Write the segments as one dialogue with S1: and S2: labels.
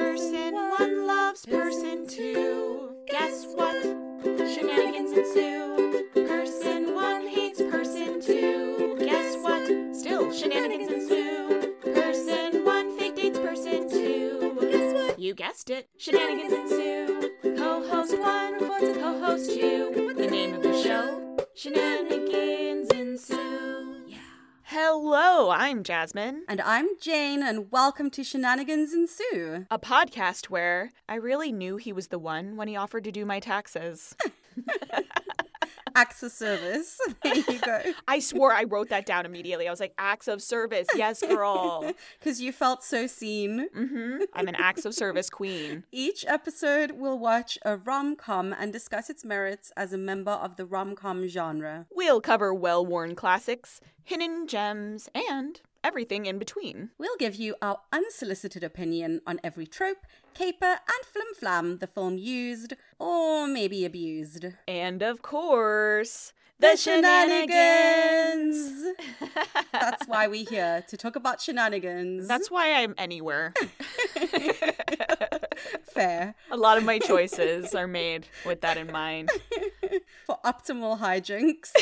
S1: person, one loves person two. Guess what? Shenanigans ensue. Person one hates person two. Guess what? Still shenanigans ensue. Person one fake dates person two. Guess what? You guessed it. Shenanigans ensue. Co-host one reports to co-host two. What's the name of the show? Shenanigans ensue. Yeah. Hello, I'm Jasmine.
S2: And I'm Jane, and welcome to Shenanigans Ensue.
S1: a podcast where I really knew he was the one when he offered to do my taxes.
S2: Acts of service. There you go.
S1: I swore I wrote that down immediately. I was like, acts of service. Yes, girl.
S2: Because you felt so seen.
S1: hmm I'm an acts of service queen.
S2: Each episode, we'll watch a rom com and discuss its merits as a member of the rom com genre.
S1: We'll cover well worn classics, hidden gems, and everything in between.
S2: We'll give you our unsolicited opinion on every trope, caper, and flim flam the film used or maybe abused.
S1: And of course, the shenanigans.
S2: That's why we're here to talk about shenanigans.
S1: That's why I'm anywhere.
S2: fair.
S1: A lot of my choices are made with that in mind.
S2: For optimal hijinks.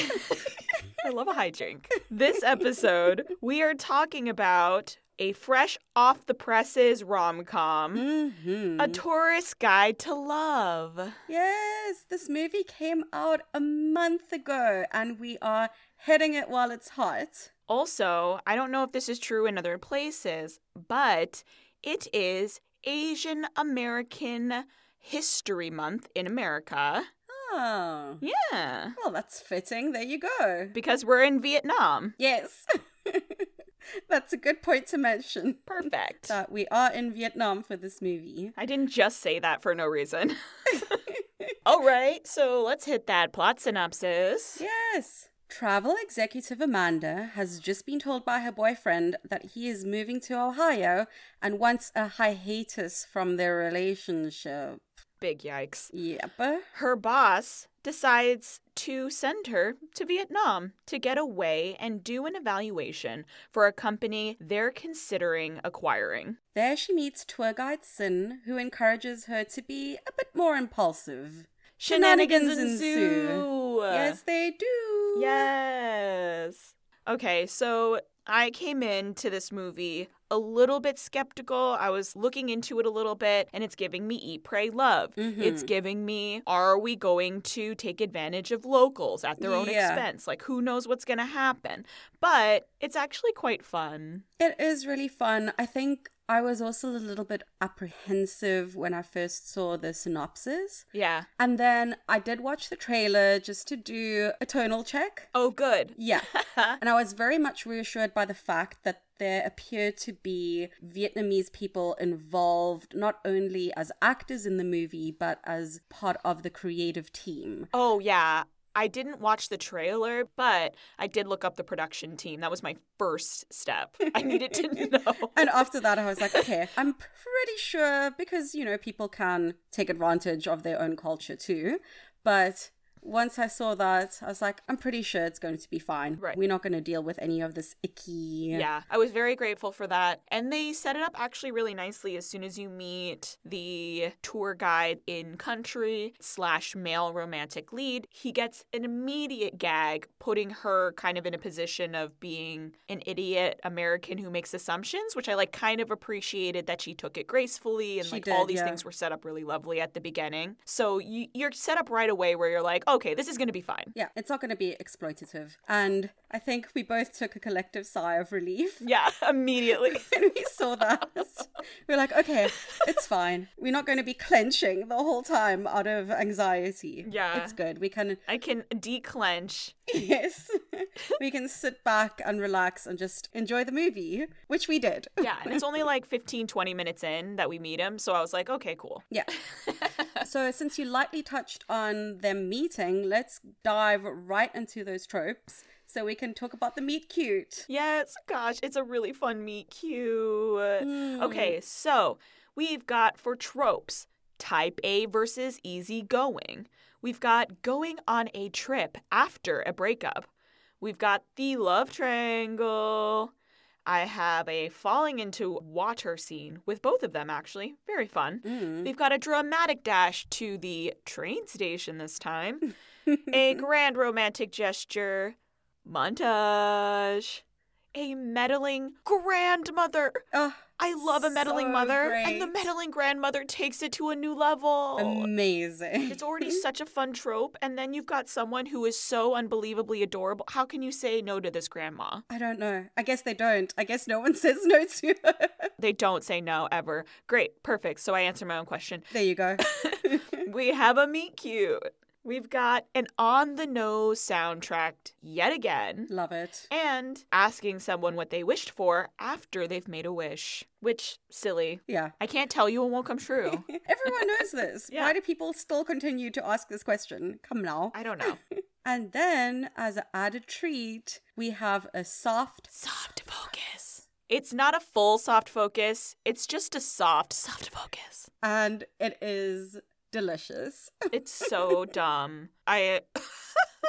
S1: I love a hijink. This episode, we are talking about a fresh off the presses rom com,
S2: hmm
S1: A Tourist Guide to Love.
S2: Yes, this movie came out a month ago and we are hitting it while it's hot.
S1: Also, I don't know if this is true in other places, but it is Asian American History Month in America.
S2: Oh.
S1: Yeah,
S2: Well, that's fitting. There you go.
S1: because we're in Vietnam.
S2: Yes. that's a good point to mention
S1: Perfect.
S2: that we are in Vietnam for this movie.
S1: I didn't just say that for no reason. All right, so let's hit that plot synopsis.
S2: Yes. Travel executive Amanda has just been told by her boyfriend that he is moving to Ohio and wants a hiatus from their relationship.
S1: Big yikes.
S2: Yep.
S1: Her boss decides to send her to Vietnam to get away and do an evaluation for a company they're considering acquiring.
S2: There she meets tour guide Sin, who encourages her to be a bit more impulsive. Shenanigans ensue. yes, they do.
S1: Yes. Okay, so I came into this movie a little bit skeptical. I was looking into it a little bit, and it's giving me Eat, Pray, Love. It's giving me, are we going to take advantage of locals at their own
S2: Yeah.
S1: expense? Like, who knows what's going to happen? But it's actually quite fun.
S2: It is really fun. I think I was also a little bit apprehensive when I first saw the synopsis.
S1: Yeah.
S2: And then I did watch the trailer just to do a tonal check.
S1: Oh, good.
S2: Yeah. and I was very much reassured by the fact that there appear to be Vietnamese people involved, not only as actors in the movie, but as part of the creative team.
S1: Oh, yeah. I didn't watch the trailer, but I did look up the production team. That was my first step. I needed to know.
S2: And after that, I was like, okay, I'm pretty sure because, you know, people can take advantage of their own culture too. But once I saw that, I was like, I'm pretty sure it's going to be fine.
S1: Right.
S2: We're not going to deal with any of this icky.
S1: Yeah, I was very grateful for that. And they set it up actually really nicely as soon as you meet the tour guide in country slash male romantic lead. He gets an immediate gag, putting her kind of in a position of being an idiot American who makes assumptions, which I like kind of appreciated that she took it gracefully and
S2: She
S1: like
S2: did,
S1: all these
S2: yeah.
S1: things were set up really lovely at the beginning. So you, you're set up right away where you're like, okay, this is going to be fine.
S2: Yeah, it's not going to be exploitative. And I think we both took a collective sigh of relief
S1: Yeah, immediately.
S2: when we saw that. we were like, okay, it's fine. We're not going to be clenching the whole time out of anxiety.
S1: Yeah.
S2: It's good. We can,
S1: I can declench
S2: yes, we can sit back and relax and just enjoy the movie, which we did.
S1: yeah and it's only like 15 20 minutes in that we meet him so i was like okay cool
S2: Yeah. so, since you lightly touched on them meeting, let's dive right into those tropes so we can talk about the meet cute.
S1: yes gosh it's a really fun meet cute okay so we've got for tropes type a versus easy going we've got going on a trip after a breakup we've got the love triangle I have a falling into water scene with both of them, actually. Very fun.
S2: Mm.
S1: We've got a dramatic dash to the train station this time, a grand romantic gesture, montage, a meddling grandmother.
S2: Oh,
S1: I love a meddling
S2: So
S1: mother, and the
S2: great.
S1: meddling grandmother takes it to a new level.
S2: amazing.
S1: It's already such a fun trope, and then you've got someone who is so unbelievably adorable. How can you say no to this grandma?
S2: I don't know. I guess they don't. I guess no one says no to her.
S1: They don't say no ever. Great, perfect. So I answer my own question.
S2: There you go.
S1: We have a meet cute. We've got an on the nose soundtrack yet again,
S2: Love it.
S1: and asking someone what they wished for after they've made a wish, which silly.
S2: Yeah.
S1: I can't tell you it won't come true.
S2: Everyone knows this.
S1: Yeah.
S2: Why do people still continue to ask this question? Come now.
S1: I don't know.
S2: And then, as an added treat, we have a soft.
S1: Soft focus. It's not a full soft focus. It's just a soft, soft focus.
S2: and it is delicious.
S1: It's so dumb. I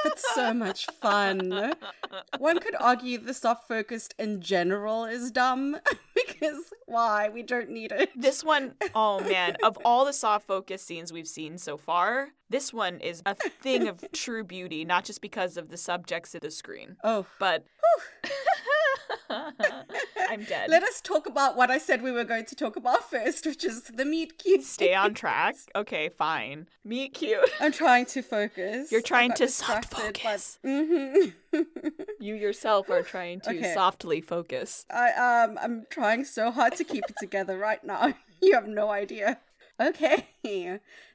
S2: It's so much fun. One could argue the soft focused in general is dumb because why? We don't need it.
S1: this one oh man, of all the soft focus scenes we've seen so far, this one is a thing of true beauty, not just because of the subjects of the screen.
S2: Oh.
S1: But I'm dead.
S2: Let us talk about what I said we were going to talk about first, which is the meat cute.
S1: Stay on track. Okay, fine. Meet cute.
S2: I'm trying to focus.
S1: You're trying
S2: I got
S1: to soft
S2: distracted
S1: focus.
S2: By... Mhm.
S1: You yourself are trying to
S2: Okay.
S1: softly focus.
S2: I um I'm trying so hard to keep it together right now. You have no idea. Okay.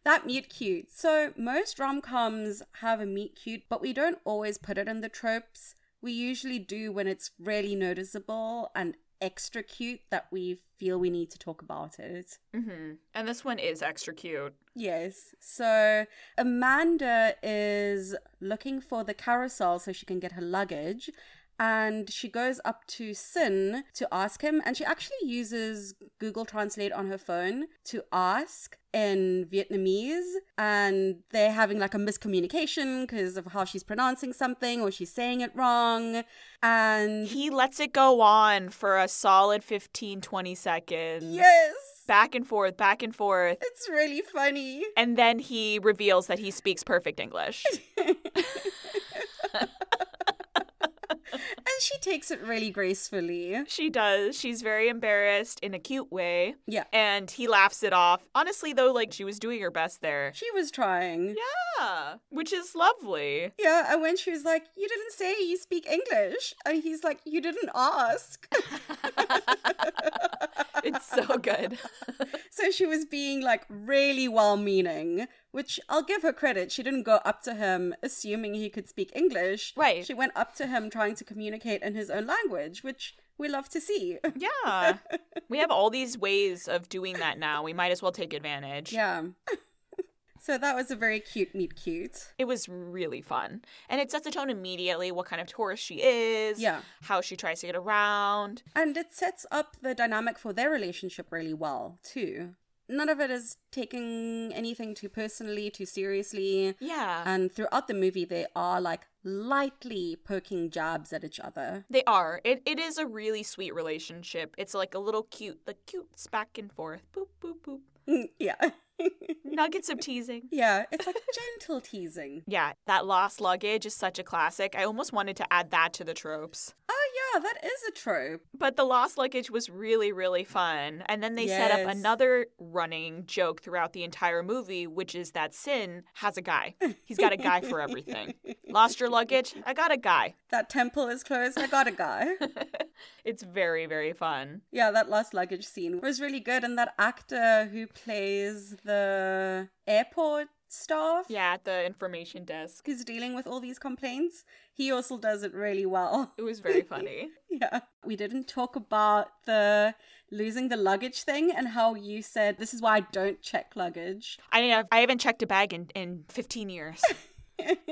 S2: That meet cute. So most rom-coms have a meet cute, but we don't always put it in the tropes. We usually do when it's really noticeable and extra cute that we feel we need to talk about it.
S1: Mm-hmm. And this one is extra cute.
S2: Yes. So Amanda is looking for the carousel so she can get her luggage. And she goes up to Sin to ask him. And she actually uses Google Translate on her phone to ask in Vietnamese. And they're having like a miscommunication because of how she's pronouncing something or she's saying it wrong. And
S1: He lets it go on for a solid 15, 20 seconds.
S2: yes,
S1: back and forth, back and forth.
S2: it's really funny.
S1: And then he reveals that he speaks perfect English.
S2: And she takes it really gracefully.
S1: she does. She's very embarrassed in a cute way.
S2: Yeah.
S1: And he laughs it off. Honestly, though, like she was doing her best there.
S2: She was trying.
S1: Yeah. Which is lovely.
S2: Yeah, and when she was like, You didn't say you speak English. And he's like, You didn't ask.
S1: It's so good.
S2: so she was being like really well meaning, which I'll give her credit. She didn't go up to him assuming he could speak English.
S1: Right.
S2: She went up to him trying to communicate in his own language, which we love to see.
S1: yeah. We have all these ways of doing that now. We might as well take advantage.
S2: yeah. so that was a very cute meet cute.
S1: It was really fun. And it sets the tone immediately what kind of tourist she is,
S2: Yeah.
S1: how she tries to get around.
S2: And it sets up the dynamic for their relationship really well, too. None of it is taking anything too personally, too seriously.
S1: Yeah.
S2: And throughout the movie, they are like lightly poking jabs at each other.
S1: They are. It it is a really sweet relationship. It's like a little cute, the cutes back and forth. Boop boop boop.
S2: Mm, yeah.
S1: Nuggets of teasing.
S2: yeah. It's like gentle teasing.
S1: Yeah, that lost luggage is such a classic. I almost wanted to add that to the tropes.
S2: Oh, yeah, that is a trope.
S1: But the lost luggage was really, really fun. And then they set up
S2: Yes.
S1: another running joke throughout the entire movie, which is that Sin has a guy. He's got a guy for everything. lost your luggage? I got a guy.
S2: That temple is closed. I got a guy.
S1: It's very, very fun.
S2: yeah, that lost luggage scene was really good. And that actor who plays the airport staff.
S1: Yeah, at the information desk.
S2: who's dealing with all these complaints. He also does it really well.
S1: It was very funny.
S2: Yeah. We didn't talk about the losing the luggage thing and how you said this is why I don't check luggage.
S1: I mean, I've, I haven't checked a bag in, in 15 years.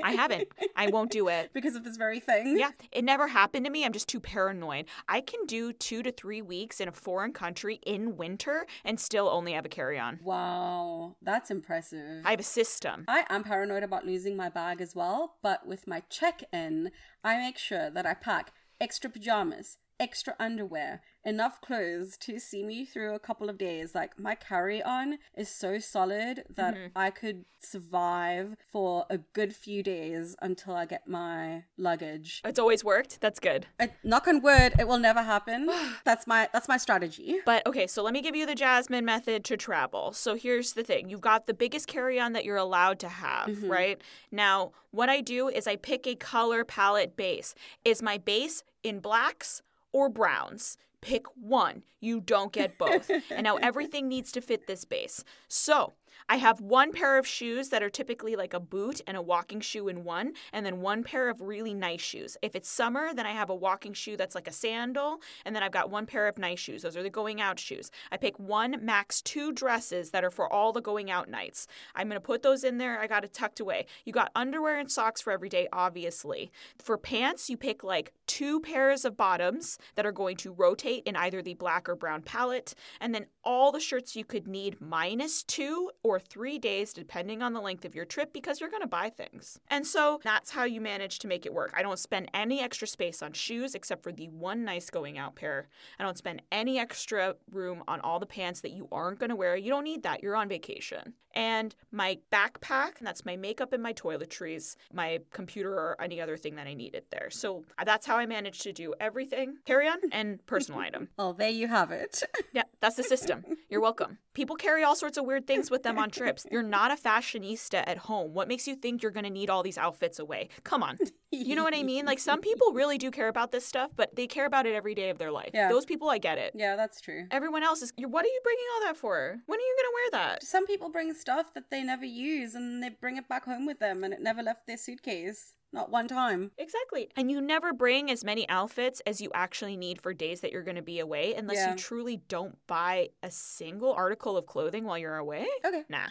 S1: I haven't. I won't do it.
S2: Because of this very thing.
S1: Yeah, it never happened to me. I'm just too paranoid. I can do two to three weeks in a foreign country in winter and still only have a carry on.
S2: Wow. That's impressive.
S1: I have a system.
S2: I am paranoid about losing my bag as well, but with my check in, I make sure that I pack extra pajamas, extra underwear, enough clothes to see me through a couple of days. Like my carry on is so solid that
S1: Mm-hmm.
S2: I could survive for a good few days until I get my luggage.
S1: It's always worked. That's good.
S2: I, knock on wood, it will never happen. That's my that's my strategy.
S1: But okay, so let me give you the Jasmine method to travel. So here's the thing you've got the biggest carry on that you're allowed to have, right? Now, what I do is I pick a color palette base. Is my base in blacks or browns? Pick one. You don't get both. and now everything needs to fit this base. So I have one pair of shoes that are typically like a boot and a walking shoe in one, and then one pair of really nice shoes. If it's summer, then I have a walking shoe that's like a sandal, and then I've got one pair of nice shoes. Those are the going out shoes. I pick one, max two dresses that are for all the going out nights. I'm going to put those in there. I got it tucked away. You got underwear and socks for every day, obviously. For pants, you pick like two pairs of bottoms that are going to rotate in either the black or brown palette, and then all the shirts you could need minus two or three days, depending on the length of your trip, because you're going to buy things. And so that's how you manage to make it work. I don't spend any extra space on shoes except for the one nice going out pair. I don't spend any extra room on all the pants that you aren't going to wear. You don't need that. You're on vacation. And my backpack, and that's my makeup and my toiletries, my computer, or any other thing that I needed there. So that's how I managed to do everything carry on and personal item.
S2: Well, there you have it.
S1: Yeah, that's the system. You're welcome. People carry all sorts of weird things with them on trips. You're not a fashionista at home. What makes you think you're going to need all these outfits away? Come on. You know what I mean? Like some people really do care about this stuff, but they care about it every day of their life.
S2: Yeah.
S1: Those people, I get it.
S2: yeah, that's true.
S1: Everyone else is, you're- what are you bringing all that for? When are you going to wear that?
S2: Some people bring stuff that they never use and they bring it back home with them and it never left their suitcase. Not one time.
S1: Exactly. And you never bring as many outfits as you actually need for days that you're going to be away unless
S2: Yeah.
S1: you truly don't buy a single article of clothing while you're away.
S2: Okay.
S1: Nah.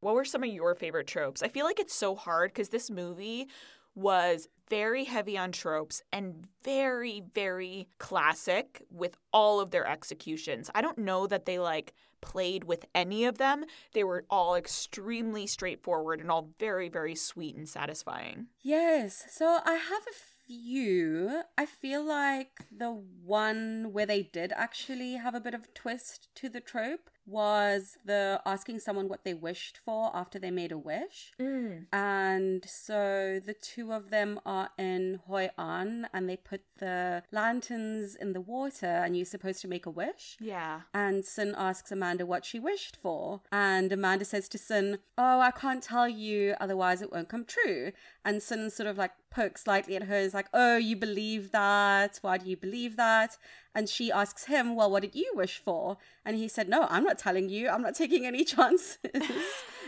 S1: what were some of your favorite tropes? I feel like it's so hard because this movie was very heavy on tropes and very, very classic with all of their executions. I don't know that they like played with any of them. They were all extremely straightforward and all very, very sweet and satisfying.
S2: Yes. So I have a few. I feel like the one where they did actually have a bit of twist to the trope was the asking someone what they wished for after they made a wish. And so the two of them are in Hoi An and they put the lanterns in the water and you're supposed to make a wish.
S1: Yeah.
S2: And Sin asks Amanda what she wished for. And Amanda says to Sin, Oh, I can't tell you, otherwise it won't come true. And Sin sort of like pokes slightly at her, is like, Oh, you believe that? Why do you believe that? And she asks him, Well, what did you wish for? And he said, No, I'm not telling you. I'm not taking any chances.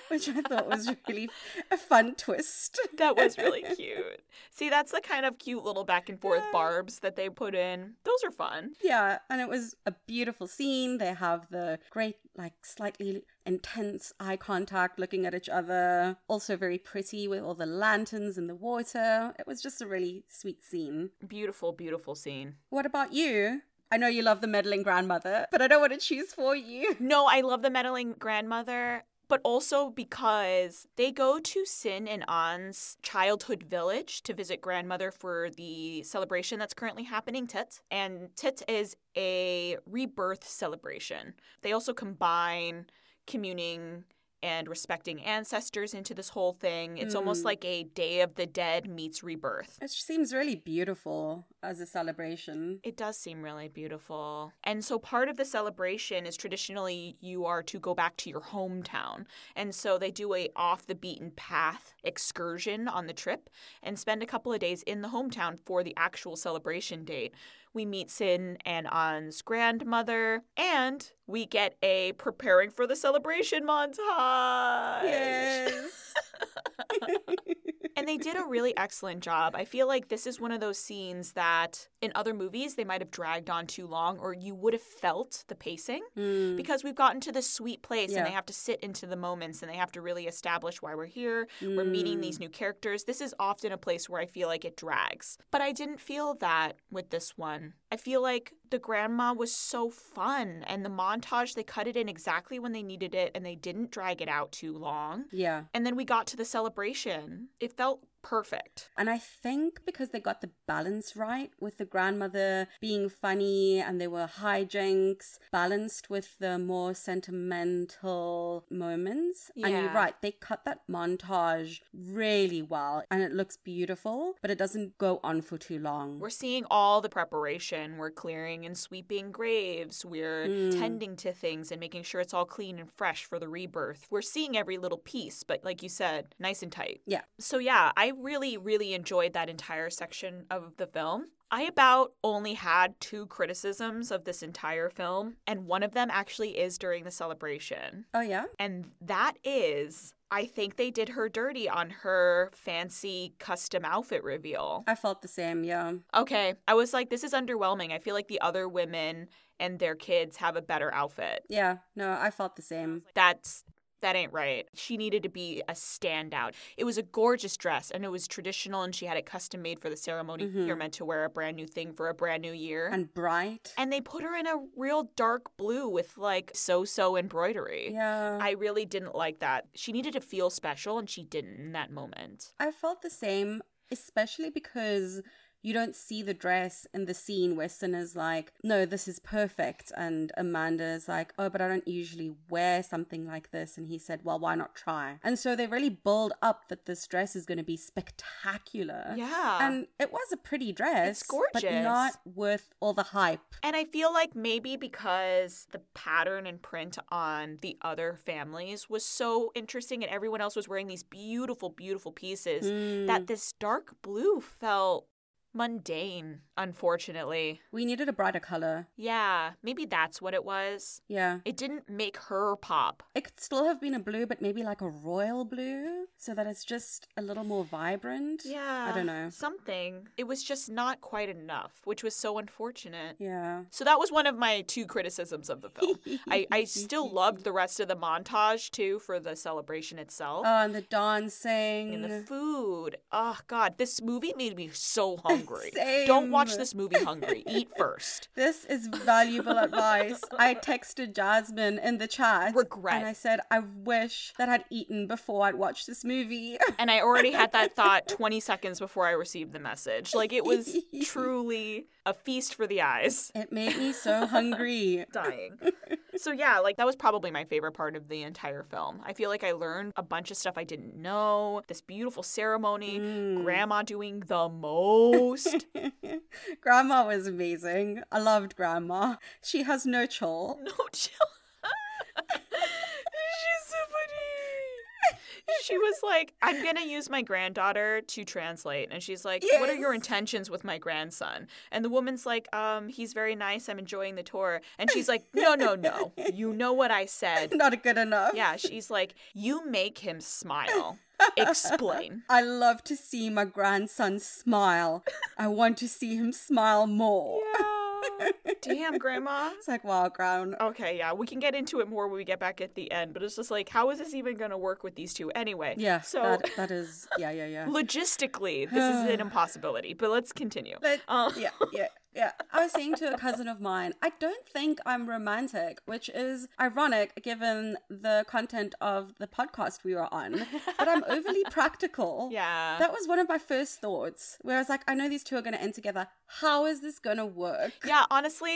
S2: Which I thought was really a fun twist.
S1: That was really cute. See, that's the kind of cute little back and forth barbs that they put in. Those are fun.
S2: Yeah, and it was a beautiful scene. They have the great, like, slightly intense eye contact looking at each other. Also, very pretty with all the lanterns in the water. It was just a really sweet scene.
S1: Beautiful, beautiful scene.
S2: What about you? I know you love the meddling grandmother, but I don't want to choose for you.
S1: No, I love the meddling grandmother, but also because they go to Sin and An's childhood village to visit grandmother for the celebration that's currently happening, Tet. And Tet is a rebirth celebration. They also combine communing and respecting ancestors into this whole thing. It's almost
S2: Mm.
S1: like a Day of the Dead meets rebirth.
S2: It seems really beautiful as a celebration.
S1: It does seem really beautiful. And so part of the celebration is traditionally you are to go back to your hometown. And so they do a off the beaten path excursion on the trip and spend a couple of days in the hometown for the actual celebration date. We meet Sin and An's grandmother and we get a preparing for the celebration montage.
S2: Yes.
S1: and they did a really excellent job. I feel like this is one of those scenes that in other movies they might have dragged on too long or you would have felt the pacing
S2: Mm.
S1: because we've gotten to this sweet place
S2: Yeah.
S1: and they have to sit into the moments and they have to really establish why we're here. We're
S2: hmm. Mm.
S1: meeting these new characters. This is often a place where I feel like it drags. But I didn't feel that with this one. I feel like the grandma was so fun and the montage they cut it in exactly when they needed it and they didn't drag it out too long.
S2: Yeah.
S1: And then we got to the celebration. It felt perfect.
S2: And I think because they got the balance right with the grandmother being funny and they were hijinks, balanced with the more sentimental moments. And you're
S1: Yeah.
S2: right, they cut that montage really well and it looks beautiful, but it doesn't go on for too long.
S1: We're seeing all the preparation. We're clearing and sweeping graves. We're
S2: Mm.
S1: tending to things and making sure it's all clean and fresh for the rebirth. We're seeing every little piece, but like you said, nice and tight.
S2: Yeah.
S1: So, yeah, I really, really enjoyed that entire section of the film. I about only had two criticisms of this entire film, and one of them actually is during the celebration.
S2: oh, yeah?
S1: And that is, I think they did her dirty on her fancy custom outfit reveal.
S2: I felt the same, yeah.
S1: Okay. I was like, this is underwhelming. I feel like the other women and their kids have a better outfit.
S2: Yeah, no, I felt the same.
S1: That's that ain't right. She needed to be a standout. It was a gorgeous dress and it was traditional and she had it custom made for the ceremony.
S2: Mhm.
S1: You're meant to wear a brand new thing for a brand new year.
S2: And bright.
S1: And they put her in a real dark blue with like so so embroidery.
S2: yeah.
S1: I really didn't like that. She needed to feel special and she didn't in that moment.
S2: I felt the same, especially because you don't see the dress in the scene where Cinna's like, no, this is perfect. And Amanda's like, oh, but I don't usually wear something like this. And he said, well, why not try? And so they really build up that this dress is going to be spectacular.
S1: Yeah.
S2: And it was a pretty dress.
S1: It's gorgeous.
S2: But not worth all the hype.
S1: And I feel like maybe because the pattern and print on the other families was so interesting and everyone else was wearing these beautiful, beautiful pieces,
S2: Mm.
S1: that this dark blue felt mundane, unfortunately.
S2: we needed a brighter color.
S1: Yeah, maybe that's what it was.
S2: Yeah.
S1: It didn't make her pop.
S2: It could still have been a blue, but maybe like a royal blue, so that it's just a little more vibrant.
S1: Yeah.
S2: I don't know.
S1: Something. It was just not quite enough, which was so unfortunate.
S2: Yeah.
S1: So that was one of my two criticisms of the film. I, I still loved the rest of the montage too for the celebration itself.
S2: Oh, and the dancing.
S1: and the food. Oh God, this movie made me so hungry.
S2: Same.
S1: Don't watch this movie hungry. Eat first.
S2: this is valuable advice. I texted Jasmine in the chat.
S1: Regret.
S2: And I said, I wish that I'd eaten before I'd watched this movie.
S1: And I already had that thought 20 seconds before I received the message. Like it was truly a feast for the eyes.
S2: it made me so hungry.
S1: Dying. So, yeah, like that was probably my favorite part of the entire film. I feel like I learned a bunch of stuff I didn't know. This beautiful ceremony, grandma doing the most.
S2: Grandma was amazing. I loved Grandma. She has no chill.
S1: No, chill. She's so funny. She was like, I'm going to use my granddaughter to translate. And she's like, What are your
S2: Yes.
S1: intentions with my grandson? And the woman's like, um, He's very nice. I'm enjoying the tour. And she's like, No, no, no. You know what I said.
S2: Not good enough.
S1: Yeah, she's like, You make him smile. Explain.
S2: I love to see my grandson smile. I want to see him smile more.
S1: Yeah. Damn, grandma.
S2: It's like, wow, Crown.
S1: Okay, yeah, we can get into it more when we get back at the end, but it's just like, how is this even going to work with these two anyway?
S2: Yeah,
S1: So,
S2: that, that is, yeah, yeah, yeah.
S1: logistically, this is an impossibility, but let's continue.
S2: But
S1: Oh.
S2: yeah, yeah, yeah. I was saying to a cousin of mine, I don't think I'm romantic, which is ironic given the content of the podcast we were on. But I'm overly practical.
S1: Yeah.
S2: That was one of my first thoughts, where I was like, I know these two are going to end together. How is this going to work
S1: yeah, honestly,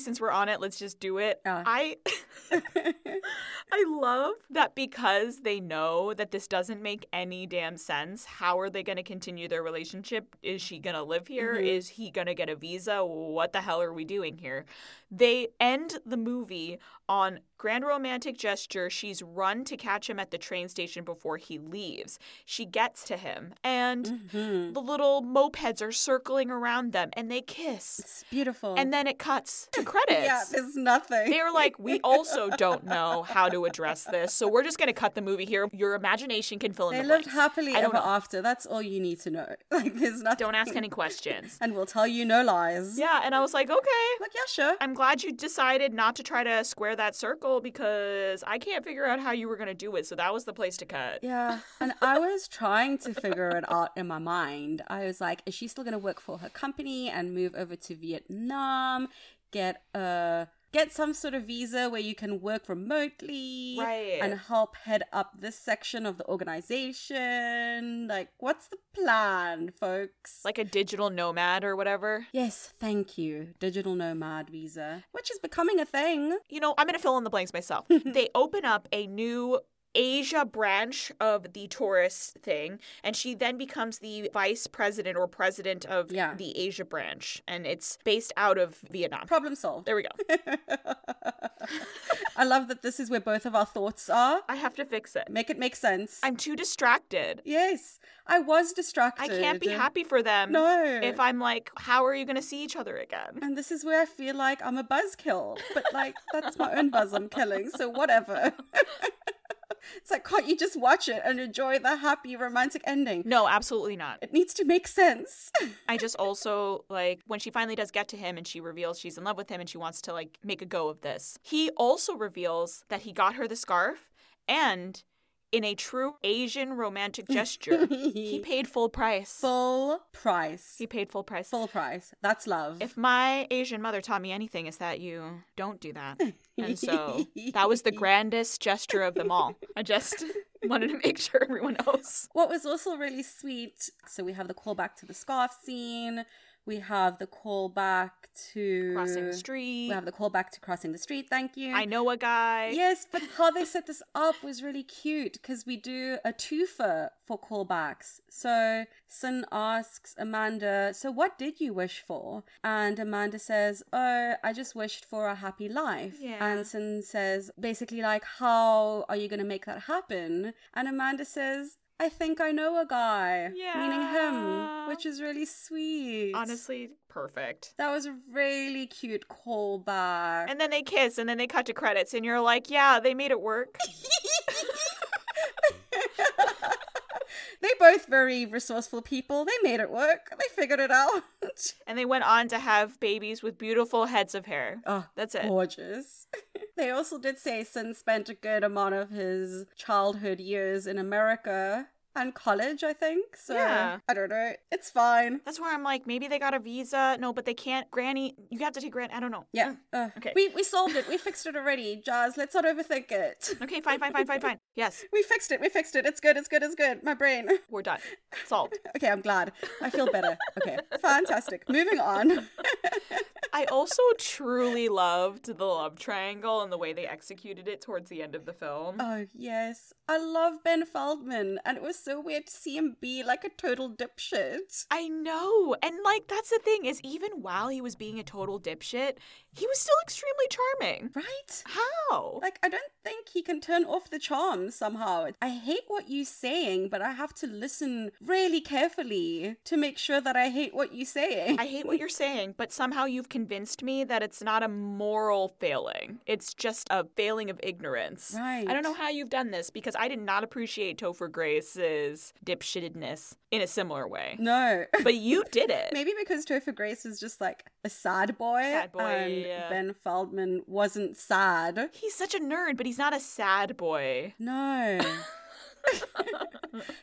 S1: since we're on it, let's just do it.
S2: Yeah.
S1: I I love that because they know that this doesn't make any damn sense. How are they going to continue their relationship? Is she going to live here?
S2: Mhm.
S1: Is he going to get a visa? What the hell are we doing here? They end the movie on grand romantic gesture. She's run to catch him at the train station before he leaves. She gets to him and
S2: hmm
S1: the little mopeds are circling around them and they kiss.
S2: It's beautiful.
S1: And then it cuts to credits.
S2: Uh-huh. yeah, there's nothing.
S1: They're like, we also don't know how to address this, so we're just going to cut the movie here. Your imagination can fill in
S2: They
S1: the
S2: lived
S1: blanks.
S2: happily
S1: I don't
S2: ever
S1: know.
S2: after. That's all you need to know. Like, there's nothing.
S1: Don't ask any questions.
S2: And we'll tell you no lies.
S1: yeah, and I was like, okay.
S2: Like, yeah, sure.
S1: I'm glad you decided not to try to square that circle because I can't figure out how you were going to do it. So that was the place to cut.
S2: Yeah. And I was trying to figure it out in my mind. I was like, is she still going to work for her company and move over to Vietnam, get a get some sort of visa where you can work remotely
S1: Right.
S2: and help head up this section of the organization. Like, what's the plan, folks?
S1: Like a digital nomad or whatever.
S2: yes, thank you. Digital nomad visa, which is becoming a thing.
S1: you know, I'm going to fill in the blanks myself. they open up a new Asia branch of the tourist thing, and she then becomes the vice president or president of
S2: Yeah.
S1: the Asia branch, and it's based out of Vietnam.
S2: Problem solved.
S1: There we go.
S2: I love that this is where both of our thoughts are.
S1: I have to fix it.
S2: Make it make sense.
S1: I'm too distracted.
S2: yes, I was distracted.
S1: I can't be happy for them
S2: No.
S1: if I'm like, how are you going to see each other again?
S2: And this is where I feel like I'm a buzzkill, but like that's my own buzz I'm killing, so whatever. it's like, can't you just watch it and enjoy the happy romantic ending?
S1: No, absolutely not.
S2: It needs to make sense.
S1: I just also like when she finally does get to him and she reveals she's in love with him and she wants to like make a go of this. He also reveals that he got her the scarf and in a true Asian romantic gesture, he paid full price.
S2: Full price.
S1: He paid full price.
S2: Full price. That's love.
S1: If my Asian mother taught me anything, is that you don't do that. And so that was the grandest gesture of them all. I just wanted to make sure everyone knows.
S2: What was also really sweet, so we have the callback to the scarf scene, we have the callback to
S1: Crossing the street.
S2: We have the callback to crossing the street, thank you.
S1: I know a guy.
S2: Yes, but how they set this up was really cute because we do a twofer for callbacks. So Sin asks Amanda, So what did you wish for? And Amanda says, Oh, I just wished for a happy life.
S1: Yeah.
S2: And Sin says, Basically, like, how are you going to make that happen? And Amanda says, I think I know a guy. Meaning
S1: Yeah.
S2: him, which is really sweet.
S1: Honestly, perfect.
S2: That was a really cute callback.
S1: And then they kiss, and then they cut to credits, and you're like, yeah, they made it work.
S2: They both very resourceful people. They made it work. They figured it out.
S1: and they went on to have babies with beautiful heads of hair.
S2: oh,
S1: That's it.
S2: gorgeous. they also did say Sin spent a good amount of his childhood years in America and college, I think. So
S1: Yeah.
S2: I don't know. It's fine.
S1: That's where I'm like, maybe they got a visa. No, but they can't. Granny, you have to take Granny. I don't know.
S2: Yeah. Uh,
S1: okay.
S2: We we solved it. We fixed it already, Jazz. Let's not overthink it.
S1: Mm, Okay, fine, fine, fine, fine, fine. Yes,
S2: We fixed it. We fixed it. It's good. It's good. It's good. My brain.
S1: we're done. Solved.
S2: Okay, I'm glad. I feel better. Okay, fantastic. Moving on.
S1: I also truly loved the love triangle and the way they executed it towards the end of the film.
S2: Oh, yes. I love Ben Feldman, and it was so weird to see him be like a total dipshit.
S1: I know. And like that's the thing is even while he was being a total dipshit, he was still extremely charming.
S2: Right?
S1: How?
S2: Like, I don't think he can turn off the charm somehow. I hate what you're saying, but I have to listen really carefully to make sure that I hate what you're saying.
S1: I hate what you're saying, but somehow you've convinced me that it's not a moral failing. It's just a failing of ignorance. I
S2: Right.
S1: don't know how you've done this because I did not appreciate Topher Grace's dipshittedness in a similar way.
S2: no.
S1: But you did it.
S2: Maybe because Topher Grace is just like a sad boy,
S1: Sad boy,
S2: and
S1: yeah.
S2: Ben Feldman wasn't sad.
S1: He's such a nerd, but he's not a sad boy.
S2: No.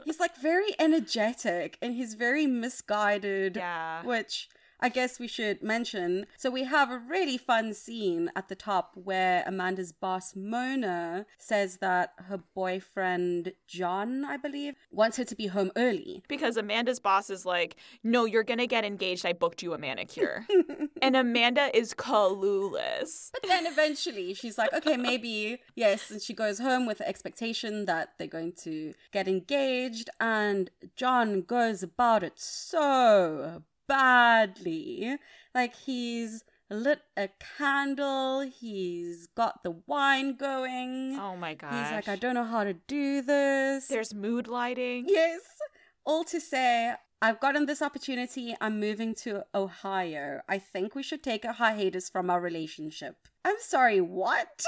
S2: he's like very energetic and he's very misguided,
S1: Yeah.
S2: which I guess we should mention. So we have a really fun scene at the top where Amanda's boss Mona says that her boyfriend John, I believe, wants her to be home early.
S1: Because Amanda's boss is like, no, you're going to get engaged. I booked you a manicure. and Amanda is clueless.
S2: But then eventually she's like, okay, maybe, yes. And she goes home with the expectation that they're going to get engaged. And John goes about it so badly. Like he's lit a candle, he's got the wine going.
S1: Oh my gosh.
S2: he's like, I don't know how to do this.
S1: There's mood lighting.
S2: Yes. All to say, I've gotten this opportunity. I'm moving to Ohio. I think we should take a hiatus from our relationship. I'm sorry, what?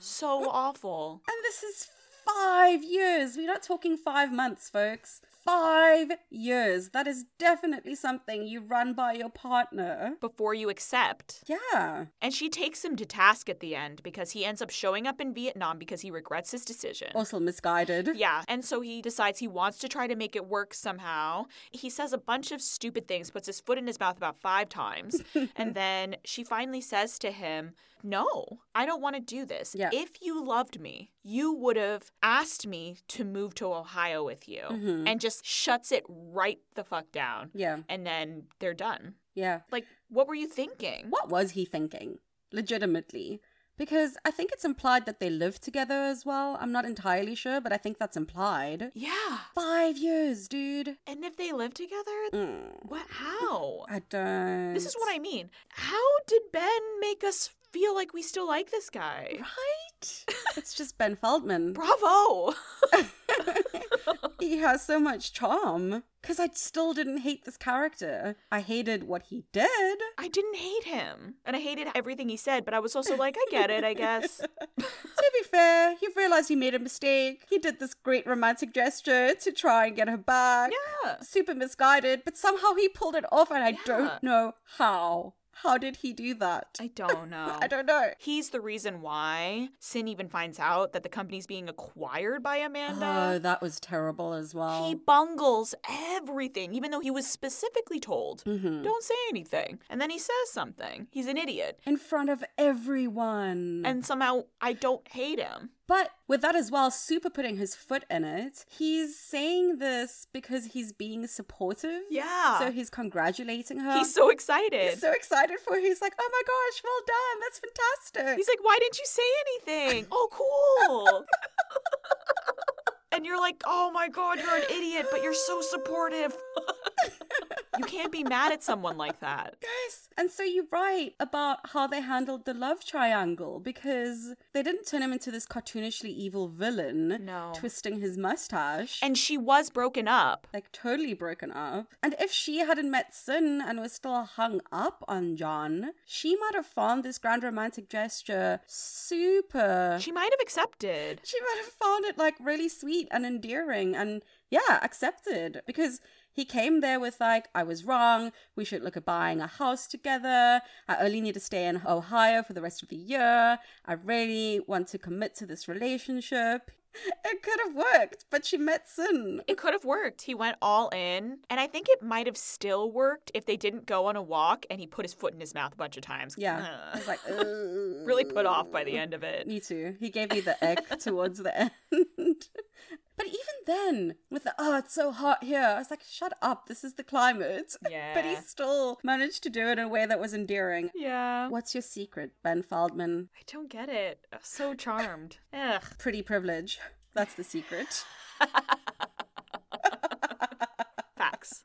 S1: So awful.
S2: And this is five years. We're not talking five months, folks. five years. That is definitely something you run by your partner.
S1: before you accept.
S2: Yeah.
S1: And she takes him to task at the end because he ends up showing up in Vietnam because he regrets his decision.
S2: Also misguided.
S1: Yeah. And so he decides he wants to try to make it work somehow. He says a bunch of stupid things, puts his foot in his mouth about five times. and then she finally says to him, No, I don't want to do this.
S2: Yeah.
S1: If you loved me, you would have asked me to move to Ohio with you and just shuts it right the fuck down.
S2: Yeah.
S1: And then they're done.
S2: Yeah.
S1: Like, what were you thinking?
S2: What was he thinking? Legitimately. Because I think it's implied that they live together as well. I'm not entirely sure, but I think that's implied.
S1: Yeah.
S2: Five years, dude.
S1: And if they live together,
S2: Mm,
S1: what? How?
S2: I don't.
S1: This is what I mean. How did Ben make us feel like we still like this guy?
S2: Right? it's just Ben Feldman.
S1: Bravo!
S2: he has so much charm. Because I still didn't hate this character. I hated what he did.
S1: I didn't hate him. And I hated everything he said, but I was also like, I get it, I guess.
S2: to be fair, he realized he made a mistake. He did this great romantic gesture to try and get her back.
S1: Yeah.
S2: Super misguided, but somehow he pulled it off, and I
S1: Yeah.
S2: don't know how. How did he do that?
S1: I don't know.
S2: I don't know.
S1: He's the reason why Sin even finds out that the company's being acquired by
S2: Oh,
S1: Amanda.
S2: that was terrible as Uh, well.
S1: uh, he bungles everything, even though he was specifically told,
S2: Mm-hmm.
S1: don't say anything. And then he says something. He's an idiot.
S2: in front of everyone.
S1: And somehow I don't hate him.
S2: But with that as well, Super putting his foot in it, he's saying this because he's being supportive.
S1: Yeah.
S2: So he's congratulating her.
S1: He's so excited.
S2: He's so excited for her. He's like, oh my gosh, well done. That's fantastic.
S1: He's like, why didn't you say anything? Oh, cool. and you're like, oh my God, you're an idiot, but you're so supportive. you can't be mad at someone like that.
S2: Yes. And so you're right about how they handled the love triangle because they didn't turn him into this cartoonishly evil villain,
S1: No.
S2: twisting his mustache.
S1: And she was broken up.
S2: like totally broken up. And if she hadn't met Sin and was still hung up on John, she might have found this grand romantic gesture super.
S1: She might have accepted.
S2: She might have found it like really sweet and endearing and yeah, accepted because he came there with like I was wrong, we should look at buying a house together. I only need to stay in Ohio for the rest of the year. I really want to commit to this relationship. It could have worked, but she met Sin.
S1: It could have worked. He went all in. And I think it might have still worked if they didn't go on a walk and he put his foot in his mouth a bunch of times.
S2: Yeah. I
S1: Ugh.
S2: was like, "Ugh."
S1: really put off by the end of it.
S2: Me too. He gave me the ick towards the end. but even then, with the oh, it's so hot here, I was like, shut up, this is the climate. but he
S1: Yeah.
S2: still managed to do it in a way that was endearing.
S1: Yeah.
S2: What's your secret, Ben Feldman?
S1: I don't get it. I'm so charmed. Ugh.
S2: Pretty privilege. That's the secret.
S1: Facts.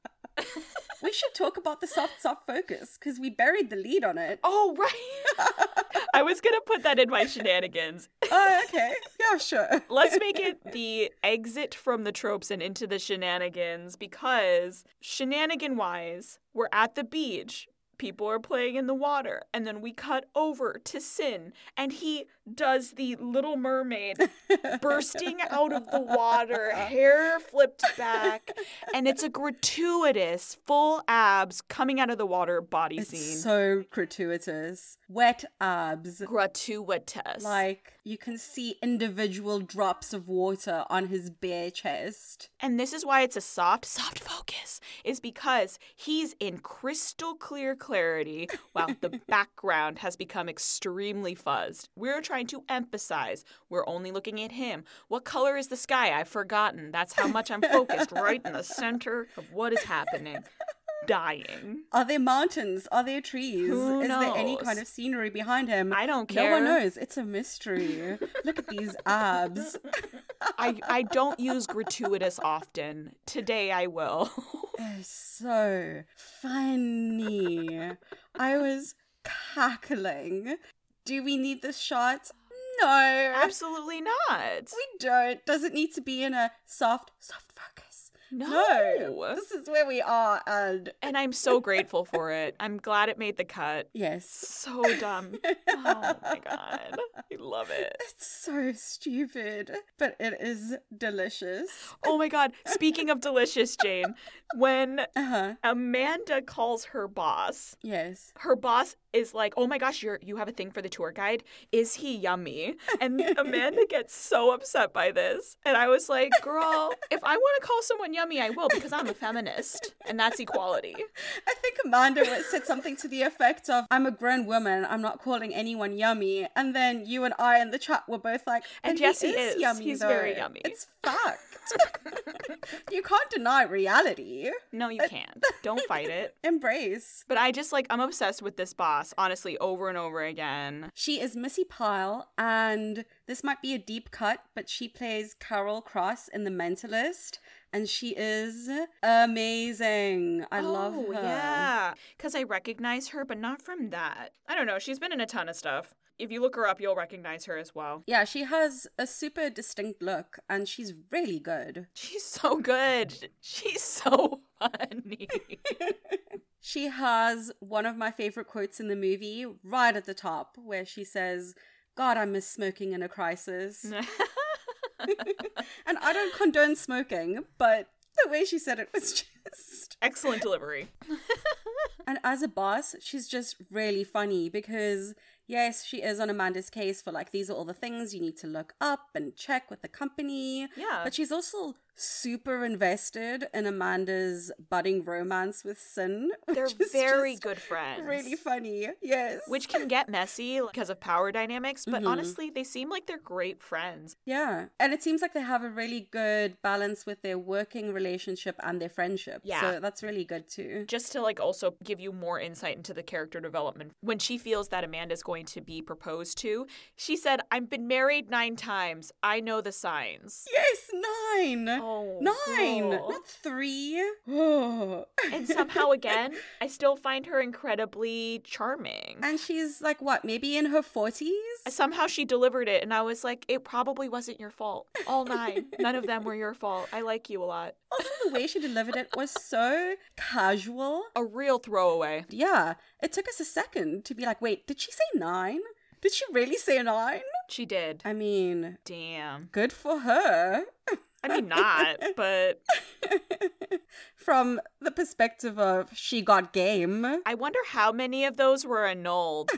S2: we should talk about the soft, soft focus because we buried the lead on it.
S1: Oh, right. I was going to put that in my shenanigans.
S2: Oh, okay. Yeah, sure.
S1: Let's make it the exit from the tropes and into the shenanigans because, shenanigan wise, we're at the beach. People are playing in the water. And then we cut over to Sin, and he does the little mermaid bursting out of the water, hair flipped back. And it's a gratuitous, full abs coming out of the water body scene.
S2: It's so gratuitous. Wet abs.
S1: gratuitous.
S2: Like you can see individual drops of water on his bare chest.
S1: and this is why it's a soft, soft focus, is because he's in crystal clear clarity while the background has become extremely fuzzed. We're trying to emphasize we're only looking at him. What color is the sky? I've forgotten. That's how much I'm focused right in the center of what is happening. Dying.
S2: Are there mountains? Are there trees?
S1: Who
S2: Is there any
S1: knows?
S2: kind of scenery behind him?
S1: I don't
S2: No
S1: care.
S2: one knows. It's a mystery. Look at these abs.
S1: I, I don't use gratuitous often. Today I will.
S2: They're so funny. I was cackling. Do we need this shot? No.
S1: Absolutely not.
S2: We don't. Does it need to be in a soft, soft focus?
S1: No.
S2: This is where we are. And
S1: And I'm so grateful for it. I'm glad it made the cut.
S2: yes.
S1: So dumb. Oh my god. I love it.
S2: It's so stupid, but it is delicious.
S1: Oh my god. Speaking of delicious, Jane, when
S2: Uh huh.
S1: Amanda calls her boss,
S2: Yes.
S1: her boss is like, "Oh my gosh, you are you have a thing for the tour guide? Is he yummy?" And Amanda gets so upset by this. And I was like, "Girl, if I want to call someone yummy, I will because I'm a feminist, and that's equality."
S2: I think Amanda wa- said something to the effect of, I'm a grown woman, I'm not calling anyone yummy. And then you and I in the chat were both like,
S1: And
S2: "But
S1: yes,
S2: he
S1: he
S2: is,
S1: is.
S2: yummy.
S1: He's
S2: though.
S1: very yummy."
S2: It's fact. you can't deny reality.
S1: No, you can't. Don't fight it.
S2: Embrace.
S1: But I just like I'm obsessed with this boss, honestly, over and over again.
S2: She is Missy Pyle, and this might be a deep cut, but she plays Carol Cross in The Mentalist, and she is amazing. I love her.
S1: Oh, Yeah, because I recognize her, but not from that. I don't know. She's been in a ton of stuff. If you look her up, you'll recognize her as well.
S2: Yeah, she has a super distinct look, and she's really good.
S1: She's so good. She's so funny.
S2: She has one of my favorite quotes in the movie right at the top where she says, God, I miss smoking in a crisis. and I don't condone smoking, but the way she said it was just.
S1: Excellent delivery.
S2: And as a boss, she's just really funny because, yes, she is on Amanda's case for like, these are all the things you need to look up and check with the company.
S1: Yeah.
S2: But she's also super invested in Amanda's budding romance with Sin.
S1: They're
S2: which is
S1: very
S2: just-
S1: good friends.
S2: really funny. Yes.
S1: which can get messy because of power dynamics, but honestly, they seem like they're great friends.
S2: yeah, and it seems like they have a really good balance with their working relationship and their friendship.
S1: Yeah.
S2: so that's really good too.
S1: Just to like also give you more insight into the character development, when she feels that Amanda's going to be proposed to, she said, "I've been married nine times. I know the signs."
S2: Yes, nine, nine,
S1: Oh, girl.
S2: not three. Oh. and
S1: And somehow, again, I still find her incredibly charming.
S2: she's like what, maybe in her forties?
S1: somehow she delivered it and i was like it probably wasn't your fault all nine none of them were your fault i like you a lot
S2: Also, the way she delivered it was so casual.
S1: a real throwaway
S2: Yeah, it took us a second to be like, wait, did she say nine? Did she really say nine?
S1: she did
S2: I mean,
S1: damn
S2: good for her.
S1: i mean not but
S2: from the perspective of she got game.
S1: i wonder how many of those were annulled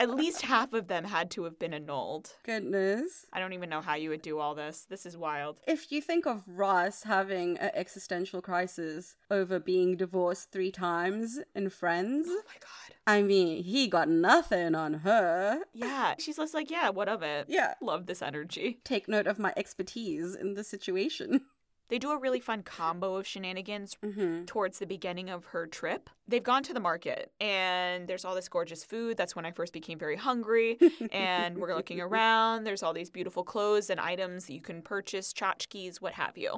S1: at least half of them had to have been annulled
S2: Goodness.
S1: i don't even know how you would do all this this is wild
S2: If you think of Ross having an existential crisis over being divorced three times in Friends,
S1: oh my god
S2: I mean, he got nothing on her.
S1: yeah she's just like yeah what of it
S2: Yeah.
S1: love this energy
S2: Take note of my expertise in the situation.
S1: they do a really fun combo of shenanigans
S2: Mm-hmm.
S1: towards the beginning of her trip, they've gone to the market and there's all this gorgeous food. That's when I first became very hungry. And we're looking around. There's all these beautiful clothes and items that you can purchase, tchotchkes, what have you.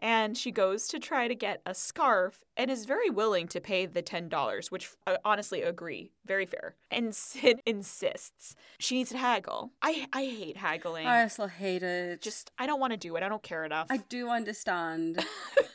S1: And she goes to try to get a scarf and is very willing to pay the $10, which I honestly agree, very fair. And Sid insists. She needs to haggle. I, I hate haggling.
S2: I still hate it.
S1: Just, I don't want to do it. I don't care enough.
S2: I do understand,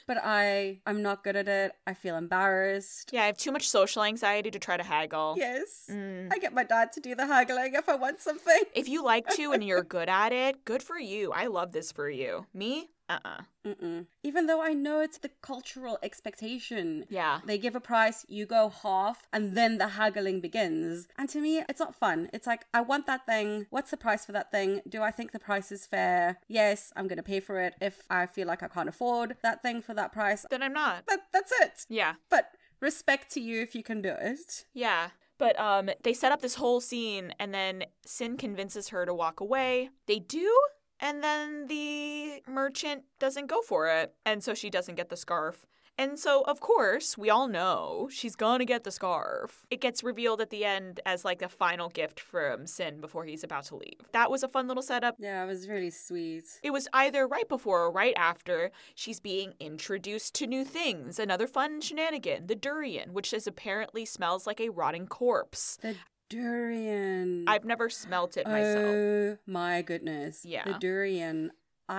S2: but I I'm not good at it. I feel embarrassed.
S1: yeah, I have too much social anxiety to try to haggle.
S2: Yes.
S1: Mm.
S2: I get my dad to do the haggling if I want something.
S1: If you like to and you're good at it, good for you. I love this for you. Me? Uh uh
S2: Mm-mm. Even though I know it's the cultural expectation.
S1: Yeah.
S2: They give a price, you go half, and then the haggling begins. And to me, it's not fun. It's like, I want that thing. What's the price for that thing? Do I think the price is fair? Yes, I'm going to pay for it if I feel like I can't afford that thing for that price.
S1: Then I'm not.
S2: That, that's it.
S1: Yeah.
S2: But respect to you if you can do it.
S1: Yeah. But um they set up this whole scene and then Sin convinces her to walk away. They do and then the merchant doesn't go for it and so she doesn't get the scarf. And so of course, we all know she's going to get the scarf. It gets revealed at the end as like a final gift from Sin before he's about to leave. That was a fun little setup.
S2: Yeah, it was really sweet.
S1: It was either right before or right after she's being introduced to new things. Another fun shenanigan, the durian, which is apparently smells like a rotting corpse.
S2: The durian.
S1: I've never smelt it myself.
S2: Oh my goodness.
S1: Yeah.
S2: The durian.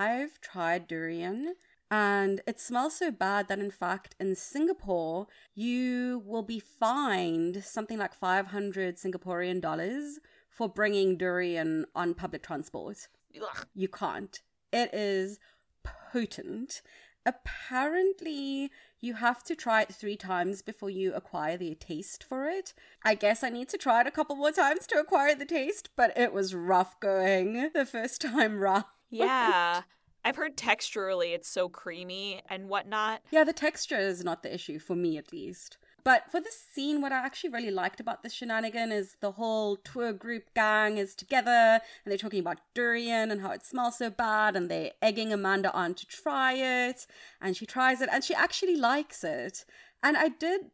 S2: I've tried durian And it smells so bad that, in fact, in Singapore, you will be fined something like 500 Singaporean dollars for bringing durian on public transport.
S1: Ugh.
S2: You can't. It is potent. Apparently, you have to try it three times before you acquire the taste for it. I guess I need to try it a couple more times to acquire the taste, but it was rough going the first time round.
S1: Yeah. I've heard texturally it's so creamy and whatnot.
S2: Yeah, the texture is not the issue for me at least. But for this scene, what I actually really liked about this shenanigan is the whole tour group gang is together and they're talking about durian and how it smells so bad and they're egging Amanda on to try it and she tries it and she actually likes it. And I did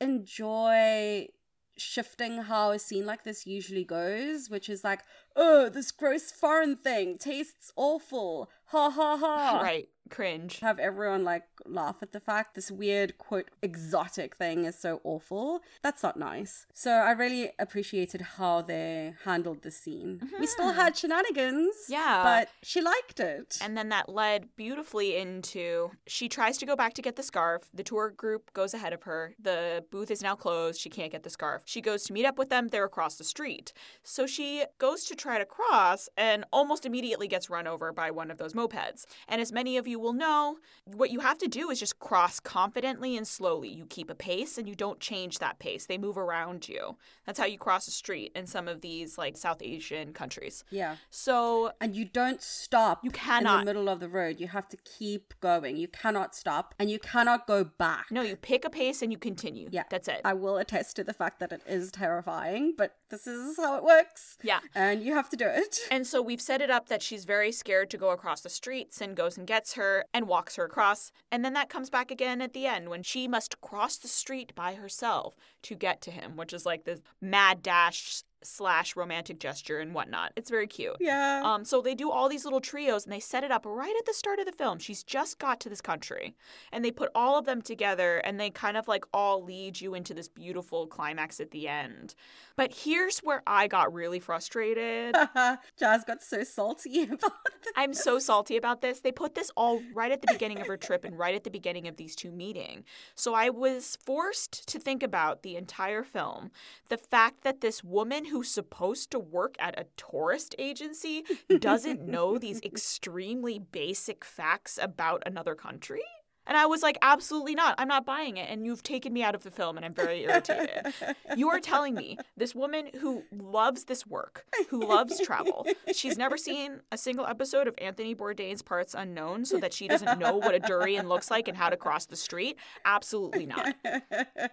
S2: enjoy shifting how a scene like this usually goes, which is like, oh, this gross foreign thing tastes awful. Ha ha ha
S1: Right. Cringe.
S2: have everyone like laugh at the fact this weird quote exotic thing is so awful that's not nice so i really appreciated how they handled the scene we still had shenanigans
S1: Mm-hmm. Yeah.
S2: but she liked it
S1: And then that led beautifully into she tries to go back to get the scarf. The tour group goes ahead of her. The booth is now closed. She can't get the scarf. She goes to meet up with them. They're across the street. So she goes to try to cross and almost immediately gets run over by one of those mopeds. And as many of you will know, what you have to do is just cross confidently and slowly. You keep a pace and you don't change that pace. They move around you. That's how you cross a street in some of these like South Asian countries.
S2: yeah
S1: So
S2: and you don't stop
S1: You
S2: in
S1: cannot.
S2: the middle of the road you have to keep going you cannot stop and you cannot go back
S1: No, you pick a pace and you continue.
S2: Yeah.
S1: That's it.
S2: i will attest to the fact that it is terrifying but this is how it works
S1: yeah.
S2: and you have to do it
S1: And so we've set it up that she's very scared to go across the street. Sin goes and gets her and walks her across. And then that comes back again at the end when she must cross the street by herself to get to him, which is like this mad dash slash romantic gesture and whatnot. It's very cute.
S2: yeah
S1: Um, so they do all these little trios and they set it up right at the start of the film. She's just got to this country. And they put all of them together and they kind of like all lead you into this beautiful climax at the end. But here's where I got really frustrated.
S2: Jazz got so salty about that.
S1: I'm so salty about this. They put this all right at the beginning of her trip and right at the beginning of these two meeting. So I was forced to think about the entire film, the fact that this woman who's supposed to work at a tourist agency doesn't know these extremely basic facts about another country. And I was like, absolutely not. I'm not buying it. And you've taken me out of the film, and I'm very irritated. you are telling me this woman who loves this work, who loves travel, she's never seen a single episode of Anthony Bourdain's Parts Unknown so that she doesn't know what a durian looks like and how to cross the street? Absolutely not.